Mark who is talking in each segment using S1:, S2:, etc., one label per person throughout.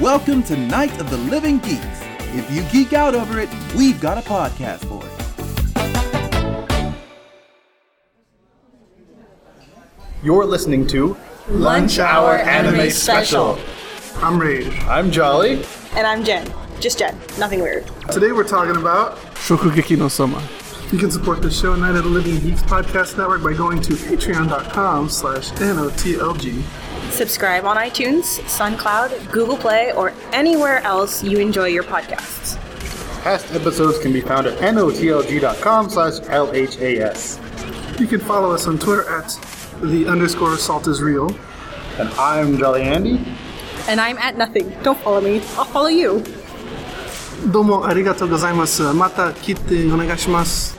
S1: Welcome to Night of the Living Geeks. If you geek out over it, we've got a podcast for it.
S2: You're listening to
S3: Lunch Hour Anime Special.
S4: I'm Rage.
S2: I'm Jolly.
S3: And I'm Jen. Just Jen. Nothing weird.
S4: Today we're talking about
S5: Shokugeki no Soma.
S4: you can support the show Night at the Living Geeks Podcast Network by going to patreon.com slash N-O-T-L-G.
S3: Subscribe on iTunes, SoundCloud, Google Play, or anywhere else you enjoy your podcasts.
S2: Past episodes can be found at notlg.com slash LHAS.
S4: You can follow us on Twitter at the underscore salt is real.
S2: And I'm Jolly Andy.
S3: And I'm at nothing. Don't follow me. I'll follow you.
S4: Domo arigato gozaimasu. Mata kite onegashimasu.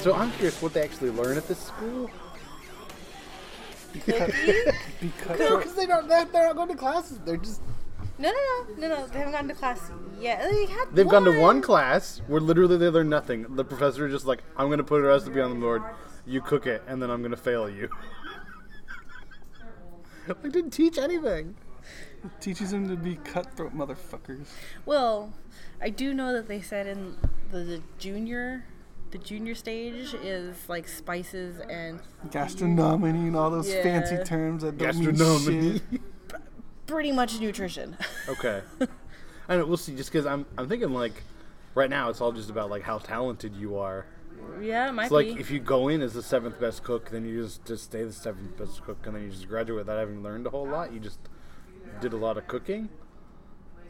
S2: So I'm curious what they actually learn at this school. No, because they don't, they're, they're not going to classes. They're just,
S6: No, no, no, no, no. They haven't gone to class yet. They had
S2: they've gone to one class where literally they learn nothing. The professor is just like, I'm going to put a recipe on the board. You cook it, and then I'm going to fail you. I didn't teach anything.
S5: Teaches them to be cutthroat motherfuckers.
S6: Well, I do know that they said in the, the junior, the junior stage is like spices and
S5: Gastronomy and all those fancy
S6: Yeah.
S5: terms that don't mean
S2: Gastronomy.
S5: shit.
S6: pretty much nutrition.
S2: Okay. I know. We'll see. Just because I'm, I'm thinking like, right now it's all just about like how talented you are.
S6: yeah, it might
S2: It's like
S6: be.
S2: if you go in as the seventh best cook, then you just just stay the seventh best cook, and then you just graduate without having learned a whole lot. You just did a lot of cooking.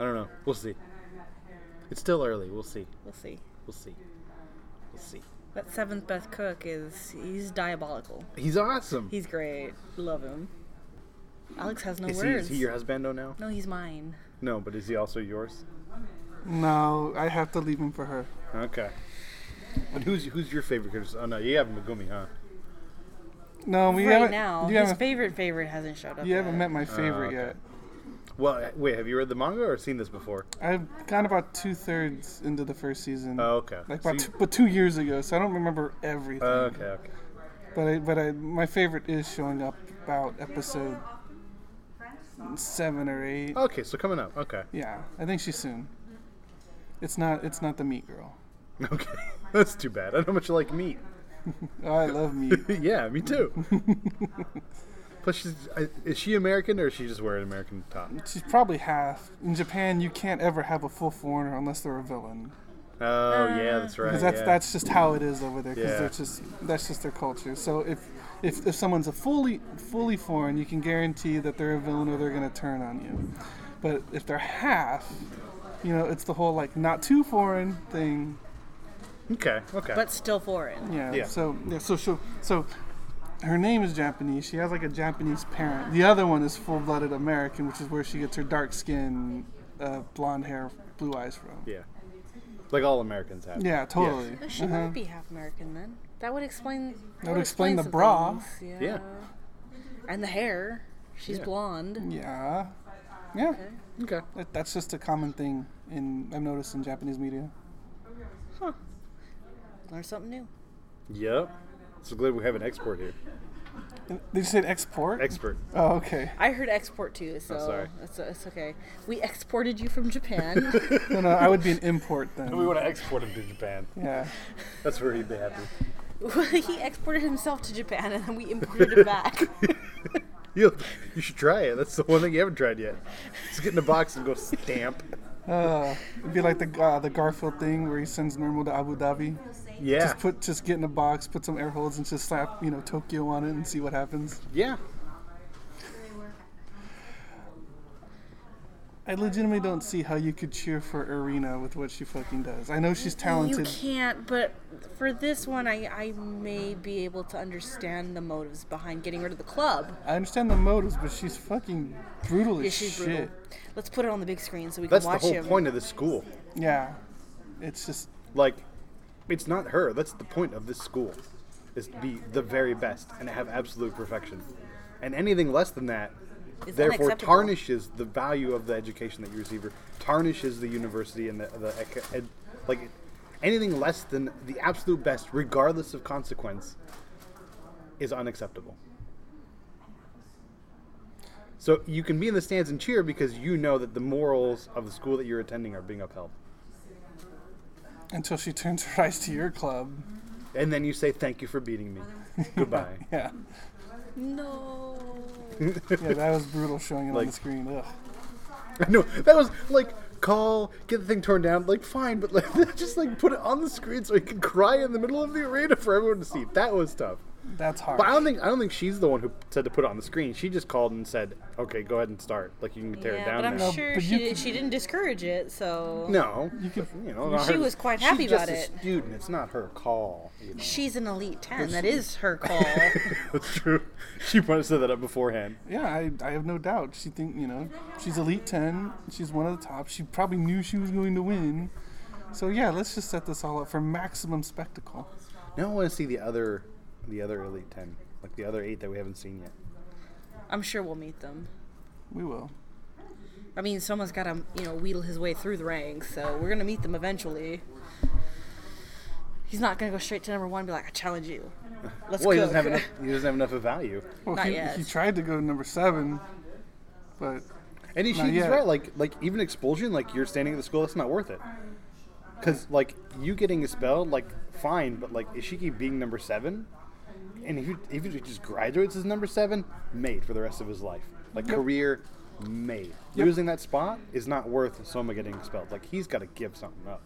S2: I don't know. We'll see. It's still early. We'll see.
S6: We'll see.
S2: We'll see. We'll see.
S6: That seventh best cook is he's diabolical.
S2: He's awesome.
S6: He's great. Love him. Alex has no
S2: is, he,
S6: words.
S2: is he your husbando now?
S6: no, he's mine.
S2: No, but is he also yours?
S5: No, I have to leave him for her.
S2: Okay. And who's who's your favorite? character? Oh no, you have Megumi, huh?
S5: No, we
S6: right
S5: haven't.
S6: now,
S5: you
S6: his
S5: haven't,
S6: favorite favorite hasn't showed up.
S5: you haven't
S6: yet.
S5: met my favorite yet.
S2: Well, wait. Have you read the manga or seen this before?
S5: I've gone about two thirds into the first season.
S2: Oh, okay.
S5: Like
S2: So
S5: about
S2: you-
S5: two, but two years ago, so I don't remember everything.
S2: Okay. Okay.
S5: But I, but I, my favorite is showing up about episode seven or eight.
S2: Okay. So coming up. Okay.
S5: Yeah, I think she's soon. It's not. It's not the meat girl.
S2: Okay. That's too bad. I don't know much you like meat.
S5: Oh, I love meat.
S2: yeah, me too. Plus, she's, I- is she American or is she just wearing an American top?
S5: She's probably half. In Japan, you can't ever have a full foreigner unless they're a villain,
S2: Oh, yeah, that's right.
S5: because that's
S2: yeah.
S5: that's just how it is over there. Because
S2: Yeah.
S5: they're just that's just their culture. So if if if someone's a fully fully foreign, you can guarantee that they're a villain or they're gonna turn on you. But if they're half, you know, it's the whole like not too foreign thing.
S2: okay. Okay.
S6: But still foreign.
S5: Yeah.
S2: Yeah.
S5: So yeah. So so so. Her name is Japanese. She has like a Japanese parent. The other one is full-blooded American, which is where she gets her dark skin, uh, blonde hair, blue eyes from.
S2: yeah, like all Americans have.
S5: Yeah, totally.
S6: No, she
S2: Uh-huh.
S6: might be half American then. That would explain. That,
S5: would explain the
S6: some
S5: bra.
S6: things,
S2: Yeah.
S6: And the hair. She's blonde.
S5: Yeah. Yeah.
S2: Okay.
S5: That, that's just a common thing in I've noticed in Japanese media.
S6: Learn something new.
S2: Yep. So glad we have an export here.
S5: They just said export.
S2: Expert.
S5: oh, okay.
S6: I heard export too, so
S2: Oh, sorry.
S6: It's, it's okay. We exported you from Japan.
S5: No, no, I would be an import then.
S2: want to export him to Japan.
S5: Yeah.
S2: That's where he'd be happy.
S6: he exported himself to Japan and then we imported him back.
S2: You you should try it. That's the one thing you haven't tried yet. Just get in a box and go stamp.
S5: Uh, it'd be like the uh, the Garfield thing where he sends Normal to Abu Dhabi.
S2: Yeah.
S5: Just put, just get in a box, put some air holes, and just slap you know Tokyo on it and see what happens.
S2: yeah.
S5: I legitimately don't see how you could cheer for Irina with what she fucking does. I know she's
S6: you
S5: talented.
S6: can't, but for this one, I, I may be able to understand the motives behind getting rid of the club.
S5: I understand the motives, but she's fucking brutal as
S6: Yeah, she's
S5: shit.
S6: brutal. Let's put it on the big screen so we
S2: That's
S6: can
S2: the
S6: watch
S2: whole
S6: him.
S2: point of the school.
S5: Yeah. It's just
S2: like it's not her that's the point of this school is to be the very best and have absolute perfection and anything less than that
S6: It's
S2: therefore
S6: unacceptable.
S2: tarnishes the value of the education that you receive or tarnishes the university and the, the ec- ed, Like anything less than the absolute best, regardless of consequence, is unacceptable. So you can be in the stands and cheer because you know that the morals of the school that you're attending are being upheld.
S5: Until she turns her eyes to your club.
S2: And then you say, Thank you for beating me. Goodbye.
S5: Yeah.
S6: No.
S5: Yeah, that was brutal showing it on
S2: Like-
S5: the screen. Ugh.
S2: No, that was like call, get the thing torn down. Like fine, but like, just like put it on the screen so he can cry in the middle of the arena for everyone to see. That was tough.
S5: That's hard.
S2: But I don't think I don't think she's the one who said to put it on the screen. She just called and said, "Okay, go ahead and start. Like you can tear
S6: yeah,
S2: it down."
S6: but I'm
S2: now.
S6: sure
S5: but
S6: she,
S5: you
S6: did,
S5: could-
S6: she didn't discourage it, so.
S2: No, you can. You know, not
S6: She
S2: her-
S6: was quite
S2: she's
S6: happy
S2: just
S6: about
S2: a
S6: it.
S2: Student, it's not her call. you know.
S6: She's an elite 10. That is her call.
S2: That's true. She might have said that up beforehand.
S5: Yeah, I, I have no doubt. She think you know she's elite ten. She's one of the top. She probably knew she was going to win. So yeah, let's just set this all up for maximum spectacle.
S2: Now I want to see the other, the other elite ten, like the other eight that we haven't seen yet.
S6: I'm sure we'll meet them.
S5: We will.
S6: I mean, someone's got to, you know, wheedle his way through the ranks, so we're going to meet them eventually. He's not going to go straight to number one and be like, I challenge you. Let's
S2: Well, he
S6: go.
S2: doesn't have enough. He doesn't have enough of value.
S5: Well,
S6: Not
S5: he,
S6: yet.
S5: he tried to go to number seven, but
S2: And he,
S5: Not
S2: he's
S5: yet.
S2: right. Like like even expulsion, like you're standing at the school, that's not worth it. Because like you getting expelled, like fine, but like Ishiki being number seven, and if he, if he just graduates as number seven, made for the rest of his life, like career, made. Losing that spot is not worth Soma getting expelled. Like he's got to give something up.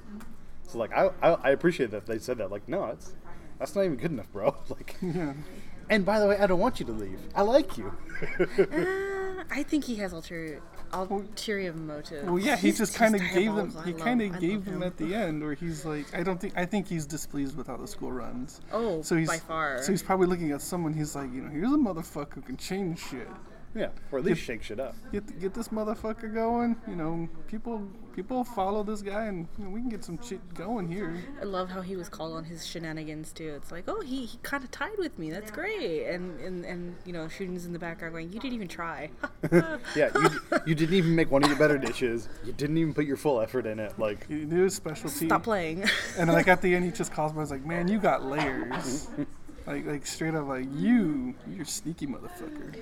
S2: So like I, I I appreciate that they said that. Like no, that's that's not even good enough, bro. Like. And by the way, I don't want you to leave. I like you.
S6: Uh, I think he has ulterior, ulterior motives.
S5: well, yeah, he
S6: He's-
S5: just
S6: he's
S5: kind of gave them.
S6: diabolical. I
S5: He
S6: love-
S5: kind
S6: I love
S5: of gave them
S6: him.
S5: at the end where he's like, I don't think. I think he's displeased with how the school runs.
S6: Oh,
S5: so he's
S6: by far.
S5: So he's probably looking at someone. He's like, you know, here's a motherfucker who can change shit.
S2: yeah, or at least shake shit up.
S5: get get this motherfucker going. You know, people people follow this guy, and you know, we can get some shit going here.
S6: I love how he was called on his shenanigans too. It's like, oh, he, he kind of tied with me. That's great. And, and and you know, Shun's in the background going, you didn't even try.
S2: Yeah, you, you didn't even make one of your better dishes. You didn't even put your full effort in it. Like,
S5: He knew his specialty,
S6: Stop playing.
S5: and like at the end, he just calls me. I was like, man, you got layers. like like straight up, like you, you're sneaky motherfucker.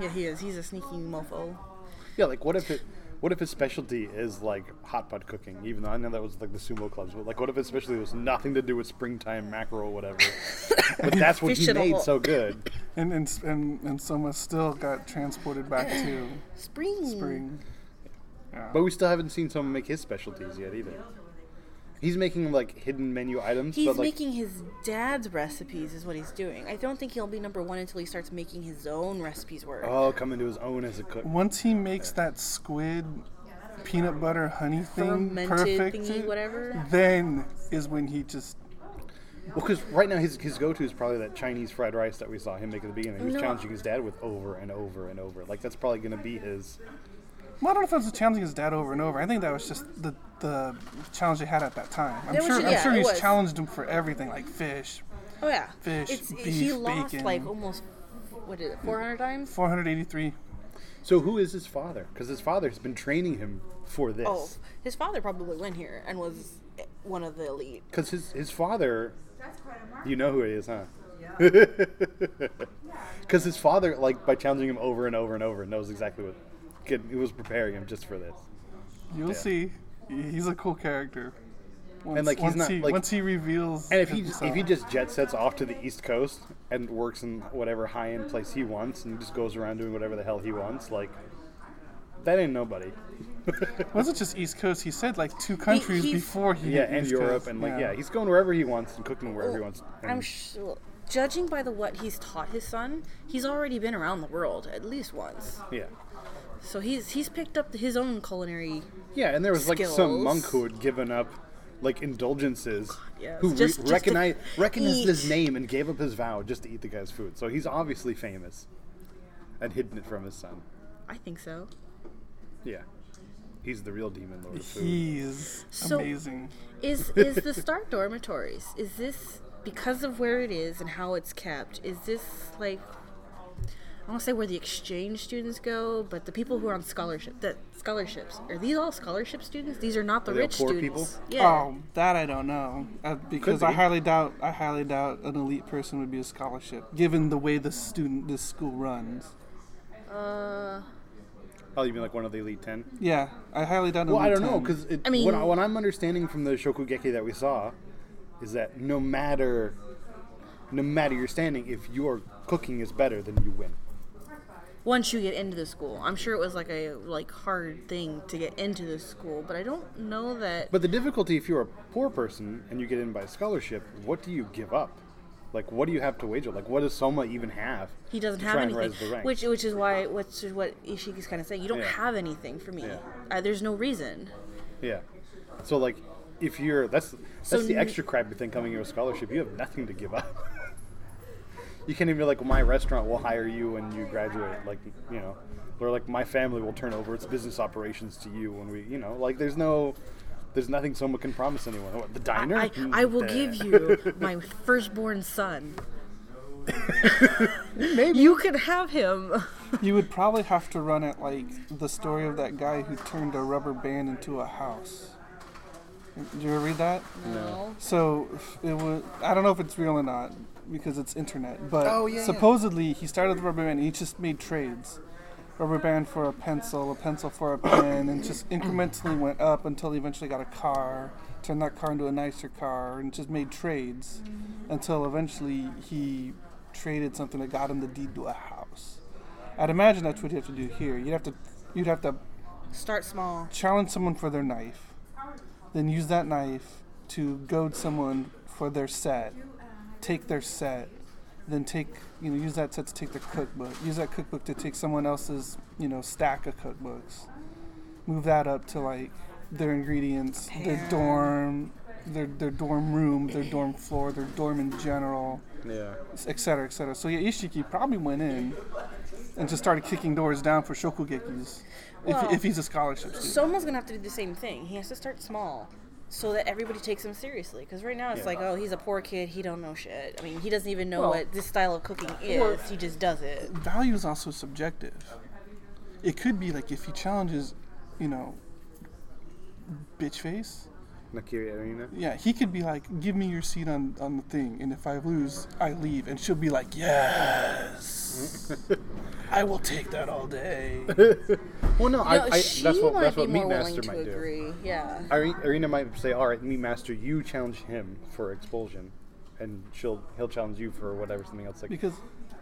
S6: yeah, he is. He's a sneaky mofo.
S2: yeah, like what if it? What if his specialty is like hot pot cooking? Even though I know that was like the sumo clubs, but like, what if his specialty was nothing to do with springtime mackerel, whatever? but that's what
S6: Fish
S2: he
S6: it
S2: made
S6: all.
S2: so good.
S5: And and and and Soma still got transported back to
S6: Spring.
S5: spring.
S2: But we still haven't seen someone make his specialties yet either. He's making like hidden menu items,
S6: He's
S2: but like
S6: making his dad's recipes, is what he's doing. I don't think he'll be number one until he starts making his own recipes work.
S2: oh, coming to his own as a cook.
S5: Mm. Once he makes that squid peanut butter honey thing
S6: Fermented
S5: perfect,
S6: thingy, whatever.
S5: then is when he just
S2: Well, because right now his, his go to is probably that Chinese fried rice that we saw him make at the beginning. He was
S6: No.
S2: challenging his dad with over and over and over. Like that's probably going to be his.
S5: Well, I don't know if it was challenging his dad over and over. I think that was just the the challenge they had at that time. I'm
S6: That was
S5: sure.
S6: ju-
S5: I'm
S6: yeah,
S5: sure
S6: it
S5: he's
S6: was.
S5: challenged him for everything, like fish,
S6: Oh yeah,
S5: Fish,
S6: It's, he
S5: beef,
S6: lost
S5: bacon.
S6: like almost what is it, 400 times?
S5: 483.
S2: So who is his father? Because his father has been training him for
S6: Oh,
S2: this.
S6: his father probably went here and was one of the elite.
S2: Because his his father, you know who he is, huh? Because his father, like by challenging him over and over and over, knows exactly what. kid- He was preparing him just for this.
S5: You'll
S2: Yeah.
S5: see. He's a cool character. Once,
S2: like, he's
S5: once
S2: not,
S5: he
S2: like-
S5: once he reveals.
S2: And if he
S5: himself.
S2: if he just jet sets off to the East Coast and works in whatever high end place he wants and just goes around doing whatever the hell he wants, like that ain't nobody.
S5: wasn't just East Coast. He said like two countries
S6: he's-
S5: before he.
S2: Yeah,
S5: hit
S2: and
S5: East
S2: Europe
S5: Coast.
S2: and like yeah. he's going wherever he wants and cooking wherever he wants.
S6: I'm
S2: and-
S6: sure, judging by the what he's taught his son, he's already been around the world at least once.
S2: yeah.
S6: So he's he's picked up his own culinary.
S2: Yeah, and there was like some
S6: skills. Oh,
S2: monk who had given up like indulgences,
S6: yes.
S2: who
S6: Just- just
S2: re-
S6: to
S2: recognized recognized his
S6: eat.
S2: name and gave up his vow just to eat the guy's food. So he's obviously famous, and hidden it from his son.
S6: I think so.
S2: Yeah, he's the real demon lord of food.
S5: He's
S6: So-
S5: amazing.
S6: Is is the Stark dormitories? Is this because of where it is and how it's kept? Is this like I want to say where the exchange students go, but the people who are on scholarship, that scholarships, are these all scholarship students? These are not the
S2: Are they all
S6: rich
S2: poor people?
S6: students. Yeah.
S5: Oh, that I don't know, uh, because
S2: Could
S5: I
S2: be.
S5: highly doubt I highly doubt an elite person would be a scholarship, given the way the student this school runs.
S6: Uh,
S2: Oh, you mean like one of the elite ten?
S5: Yeah, I highly doubt. an
S2: Well, I
S5: elite
S2: don't know
S5: 10.
S2: because
S6: I mean-
S2: what, I- what I'm understanding from the Shokugeki that we saw is that no matter no matter your standing, if your cooking is better, then you win.
S6: once you get into the school, I'm sure it was like a like hard thing to get into the school, but I don't know that.
S2: But the difficulty, if you're a poor person and you get in by scholarship, what do you give up? Like, what do you have to wager? Like, what does Soma even have?
S6: He doesn't
S2: to
S6: have
S2: try and
S6: anything,
S2: rise the ranks?
S6: which which is why which is what Ishiki's kind of saying. You don't
S2: Yeah.
S6: have anything for me.
S2: Yeah.
S6: Uh, there's no reason.
S2: yeah. So like, if you're that's that's
S6: So
S2: the
S6: n-
S2: extra crappy thing coming in with scholarship. You have nothing to give up. you can't even be like my restaurant will hire you when you graduate. Like you know, or like my family will turn over its business operations to you when we you know like there's no. There's nothing Soma can promise anyone. What, the diner?
S6: I,
S2: Mm,
S6: I will
S2: nah.
S6: give you my firstborn son.
S2: Maybe.
S6: You could have him.
S5: you would probably have to run it like the story of that guy who turned a rubber band into a house. Did you ever read that?
S6: No.
S5: So it was. I don't know if it's real or not because it's internet. But
S2: Oh, yeah, yeah.
S5: supposedly he started the rubber band. and He just made trades, rubber band for a pencil, a pencil for a pen, and just incrementally went up until he eventually got a car, turned that car into a nicer car, and just made trades
S2: Mm.
S5: until eventually he traded something that got him the deed to a house. I'd imagine that's what you have to do here. You'd have to, you'd have to
S6: Start small.
S5: challenge someone for their knife, then use that knife to goad someone for their set, take their set, then take you know use that set to take their cookbook, use that cookbook to take someone else's you know stack of cookbooks, move that up to like their ingredients, their dorm, their their dorm room, their dorm floor, their dorm in general
S2: Yeah.
S5: et cetera, et cetera. So yeah, Ishiki probably went in and just started kicking doors down for Shokugekis
S6: Well-
S5: if, if he's a scholarship student.
S6: Someone's gonna have to do the same thing. He has to start small, so that everybody takes him seriously. Because right now it's
S2: Yeah.
S6: like, oh, he's a poor kid. He don't know shit. I mean, he doesn't even know
S5: Well-
S6: what this style of cooking is. he just does it.
S5: Value is also subjective. It could be like if he challenges, you know, bitch face.
S2: Nakiri Arena.
S5: Yeah, he could be like, give me your seat on, on the thing, and if I lose, I leave. And she'll be like, yes, I will take that all day.
S2: Well, no, I,
S6: No,
S2: I, that's
S6: she
S2: what
S6: might
S2: that's
S6: be
S2: what
S6: more willing
S2: Meatmaster
S6: to
S2: might do.
S6: agree. Yeah.
S2: Irene- Irina might say, "All right, me master, you challenge him for expulsion, and she'll he'll challenge you for whatever something else." Like
S5: Because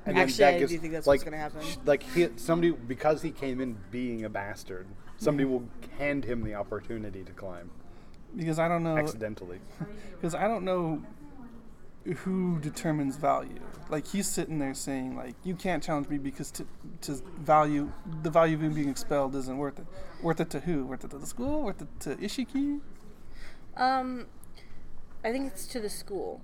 S2: and then
S6: Actually, I do think that's
S2: like,
S6: what's gonna happen.
S2: sh- Like he, somebody because he came in being a bastard, somebody will hand him the opportunity to climb
S5: because I don't know
S2: accidentally.
S5: because I don't know who determines value. Like he's sitting there saying, like you can't challenge me because to, to value the value of him being expelled isn't worth it. Worth it to who? Worth it to the school? Worth it to Ishiki?
S6: Um, I think it's to the school.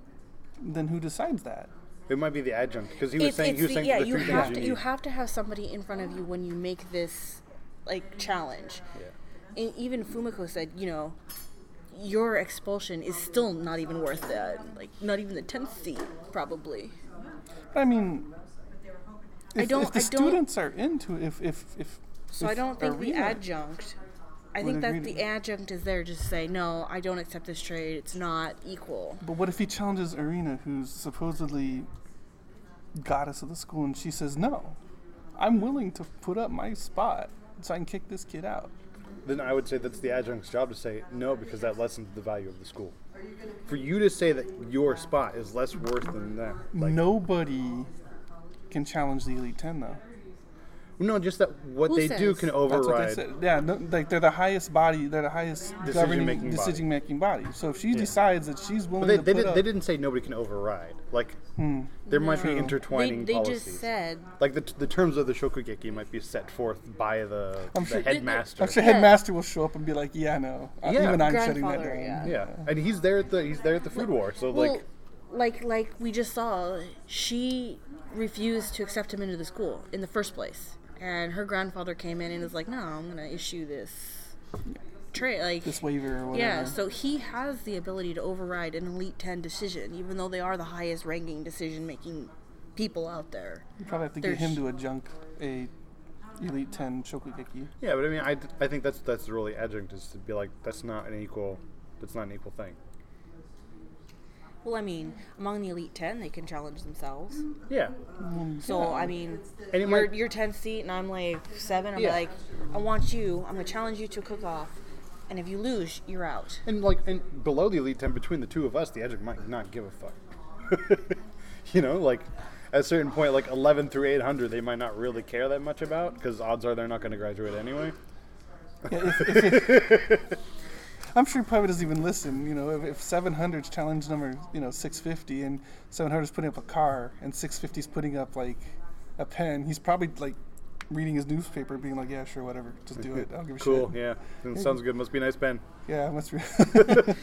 S5: Then who decides that?
S2: It might be the adjunct because he was
S6: It's-
S2: saying
S6: it's
S2: he was
S6: the-
S2: saying
S6: yeah,
S2: the
S6: you
S2: three
S6: have
S2: things
S6: to
S2: you
S6: you
S2: need.
S6: have to have somebody in front of you when you make this like challenge. And even Fumiko said, you know, your expulsion is still not even worth that. Like not even the tenth seat, probably.
S5: I mean, if,
S6: I don't-
S5: if the
S6: I don't-
S5: students are into it, if if if
S6: So I
S5: if
S6: don't think the
S5: Arena-
S6: adjunct. I think
S5: agree
S6: that
S5: to-
S6: the adjunct is there just to say, no, I don't accept this trade. It's not equal.
S5: But what if he challenges Arena, who's supposedly goddess of the school, and she says no? I'm willing to put up my spot so I can kick this kid out.
S2: Then I would say that's the adjunct's job to say no because that lessens the value of the school. For you to say that your spot is less worth than that, like
S5: Nobody can challenge the Elite Ten, though.
S2: no, just that what
S6: Who
S2: they do
S6: says?
S2: can
S5: That's what
S2: override.
S5: they said. Yeah, no, like they're the highest body, they're the highest governing
S2: Decision-making body.
S5: decision making body. So if she decides that she's
S2: But
S5: willing
S2: they,
S5: to
S2: they,
S5: put
S2: did,
S5: up, Hmm.
S2: they didn't say nobody can override. Like, there might be
S6: They,
S2: intertwining
S6: they
S2: policies.
S6: just said
S2: like the, t- the terms of the shokugeki might be set forth by the, the
S5: sure-
S2: headmaster.
S5: I'm sure Headmaster will show up and be like, "Yeah, no, I-
S2: Yeah.
S5: even I'm shutting that
S6: Grandfather,
S5: down."
S6: yeah.
S2: yeah, and he's there at the he's there at the food war. So
S6: Well,
S2: like,
S6: like like we just saw, she refused to accept him into the school in the first place, and her grandfather came in and was like, "No, I'm gonna issue this trade." Like,
S5: This waiver or whatever.
S6: yeah. So he has the ability to override an elite ten decision, even though they are the highest ranking decision making people out there.
S5: You probably have to
S6: There's-
S5: get him to adjunct a Elite Ten Shokugeki.
S2: Yeah, but I mean, I, I think that's that's really adjunct is to be like that's not an equal that's not an equal thing.
S6: Well, I mean, among the elite ten, they can challenge themselves.
S2: Yeah,
S6: So I mean,
S2: And it
S6: you're,
S2: might-
S6: you're ten seat, and I'm like seven. I'm
S2: Yeah.
S6: like, I want you. I'm gonna challenge you to a cook off, and if you lose, you're out.
S2: and like and below the elite ten, between the two of us, the adjunct might not give a fuck. you know, like at a certain point, like eleven through eight hundred, they might not really care that much about because odds are they're not going to graduate anyway.
S5: I'm sure he probably doesn't even listen. You know, if, if 700's challenge number, you know, 650, and 700's putting up a car, and 650's putting up like a pen, he's probably like reading his newspaper, being like, "Yeah, sure, whatever, just do it. I don't give a
S2: Cool.
S5: shit."
S2: Yeah, Then sounds good. Must be nice, Ben.
S5: Yeah, must be.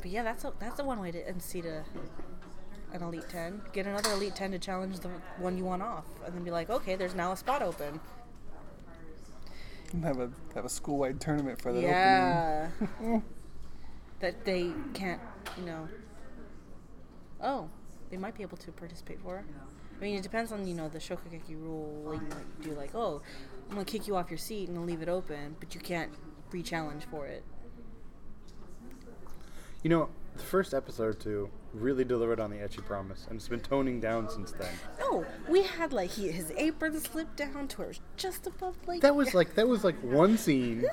S6: But yeah, that's a, that's the one way to unseat a an elite ten. Get another elite ten to challenge the one you want off, and then be like, okay, there's now a spot open.
S5: And have a have a school wide tournament for that opening.
S6: Yeah. that they can't, you know. Oh, they might be able to participate for. I mean, it depends on you know the shokugeki ruling that you do. Like, oh, I'm gonna kick you off your seat and I'll leave it open, but you can't re-challenge for it.
S2: You know, the first episode or two really delivered on the etchy promise, and it's been toning down since then.
S6: No, Oh, we had like he, his apron slipped down to her just above like.
S2: That was like that was like one scene,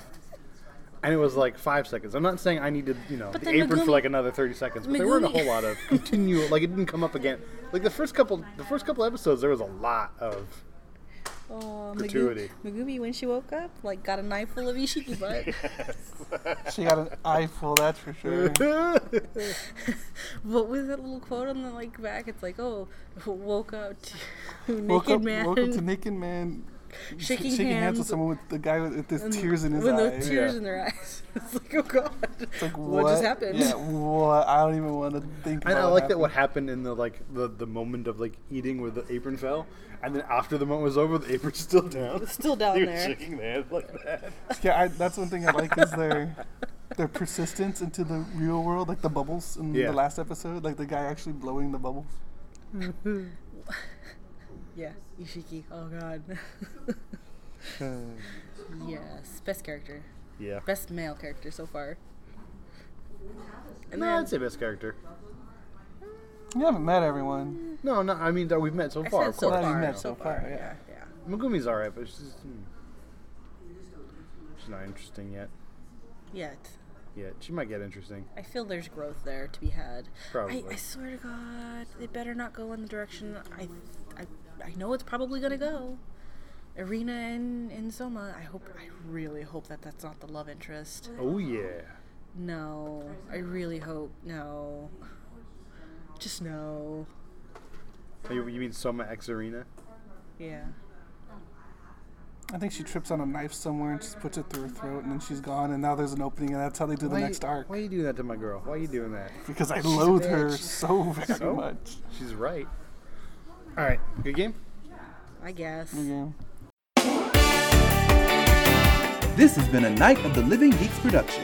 S2: and it was like five seconds. I'm not saying I needed you know
S6: But
S2: the
S6: then
S2: apron
S6: Megumi-
S2: for like another thirty seconds, but there weren't a whole
S6: Megumi-
S2: lot of continual. Like it didn't come up again. Like the first couple, the first couple episodes, there was a lot of.
S6: oh, Megumi-
S2: gratuity.
S6: Megumi, when she woke up, like got a knife full of Ishiki butt.
S5: She got an eye full, that's for sure.
S6: What was that little quote on the like back? It's like, oh, woke up to naked
S5: woke up,
S6: man,
S5: woke up to naked man
S6: shaking,
S5: shaking hands,
S6: hands,
S5: with someone with the guy with, with this
S6: and
S5: tears in his
S6: with
S5: eyes.
S6: those tears
S2: Yeah.
S6: in their eyes. It's like, oh god,
S5: Like,
S6: what, just happened?
S5: Yeah, what? I don't even want to think.
S2: And
S5: about
S2: I like that what happened in the like the, the moment of like eating where the apron fell, and then after the moment was over, the apron's still down.
S6: It's still down
S2: They were
S6: there.
S2: shaking their head like that.
S5: Yeah, I, that's one thing I like is their their persistence into the real world, like the bubbles in
S2: Yeah.
S5: the last episode, like the guy actually blowing the bubbles.
S6: Yeah, Ishiki. Oh god. yes, best character,
S2: Yeah.
S6: best male character so far. And
S2: No,
S6: then
S2: I'd say best character.
S5: You haven't met everyone.
S2: No, no, I mean that we've met so
S6: I
S2: far.
S6: said
S2: of
S6: so
S2: course.
S5: Well, you
S6: far,
S5: met
S6: so
S5: so
S6: far.
S5: far, yeah.
S6: yeah, yeah.
S2: Megumi's alright, but she's just, hmm. she's not interesting yet.
S6: yeah it's,
S2: Yet she might get interesting.
S6: I feel there's growth there to be had.
S2: Probably.
S6: I, I swear to God, they better not go in the direction I, I, I know it's probably gonna go. Arena and and Soma. I hope. I really hope that that's not the love interest.
S2: Oh yeah.
S6: No, I really hope no. Just no.
S2: Oh, You, you mean Soma X Arena?
S6: Yeah.
S5: I think she trips on a knife somewhere and just puts it through her throat, and then she's gone. And now there's an opening, and that's how they do the
S2: Why
S5: next
S2: you,
S5: arc.
S2: Why you doing that to my girl? Why you doing that?
S5: Because I loathe her
S6: bitch.
S5: so very
S2: So?
S5: much.
S2: She's right. All right. Good game.
S6: I guess.
S5: Yeah.
S1: This has been a Night of the Living Geeks production.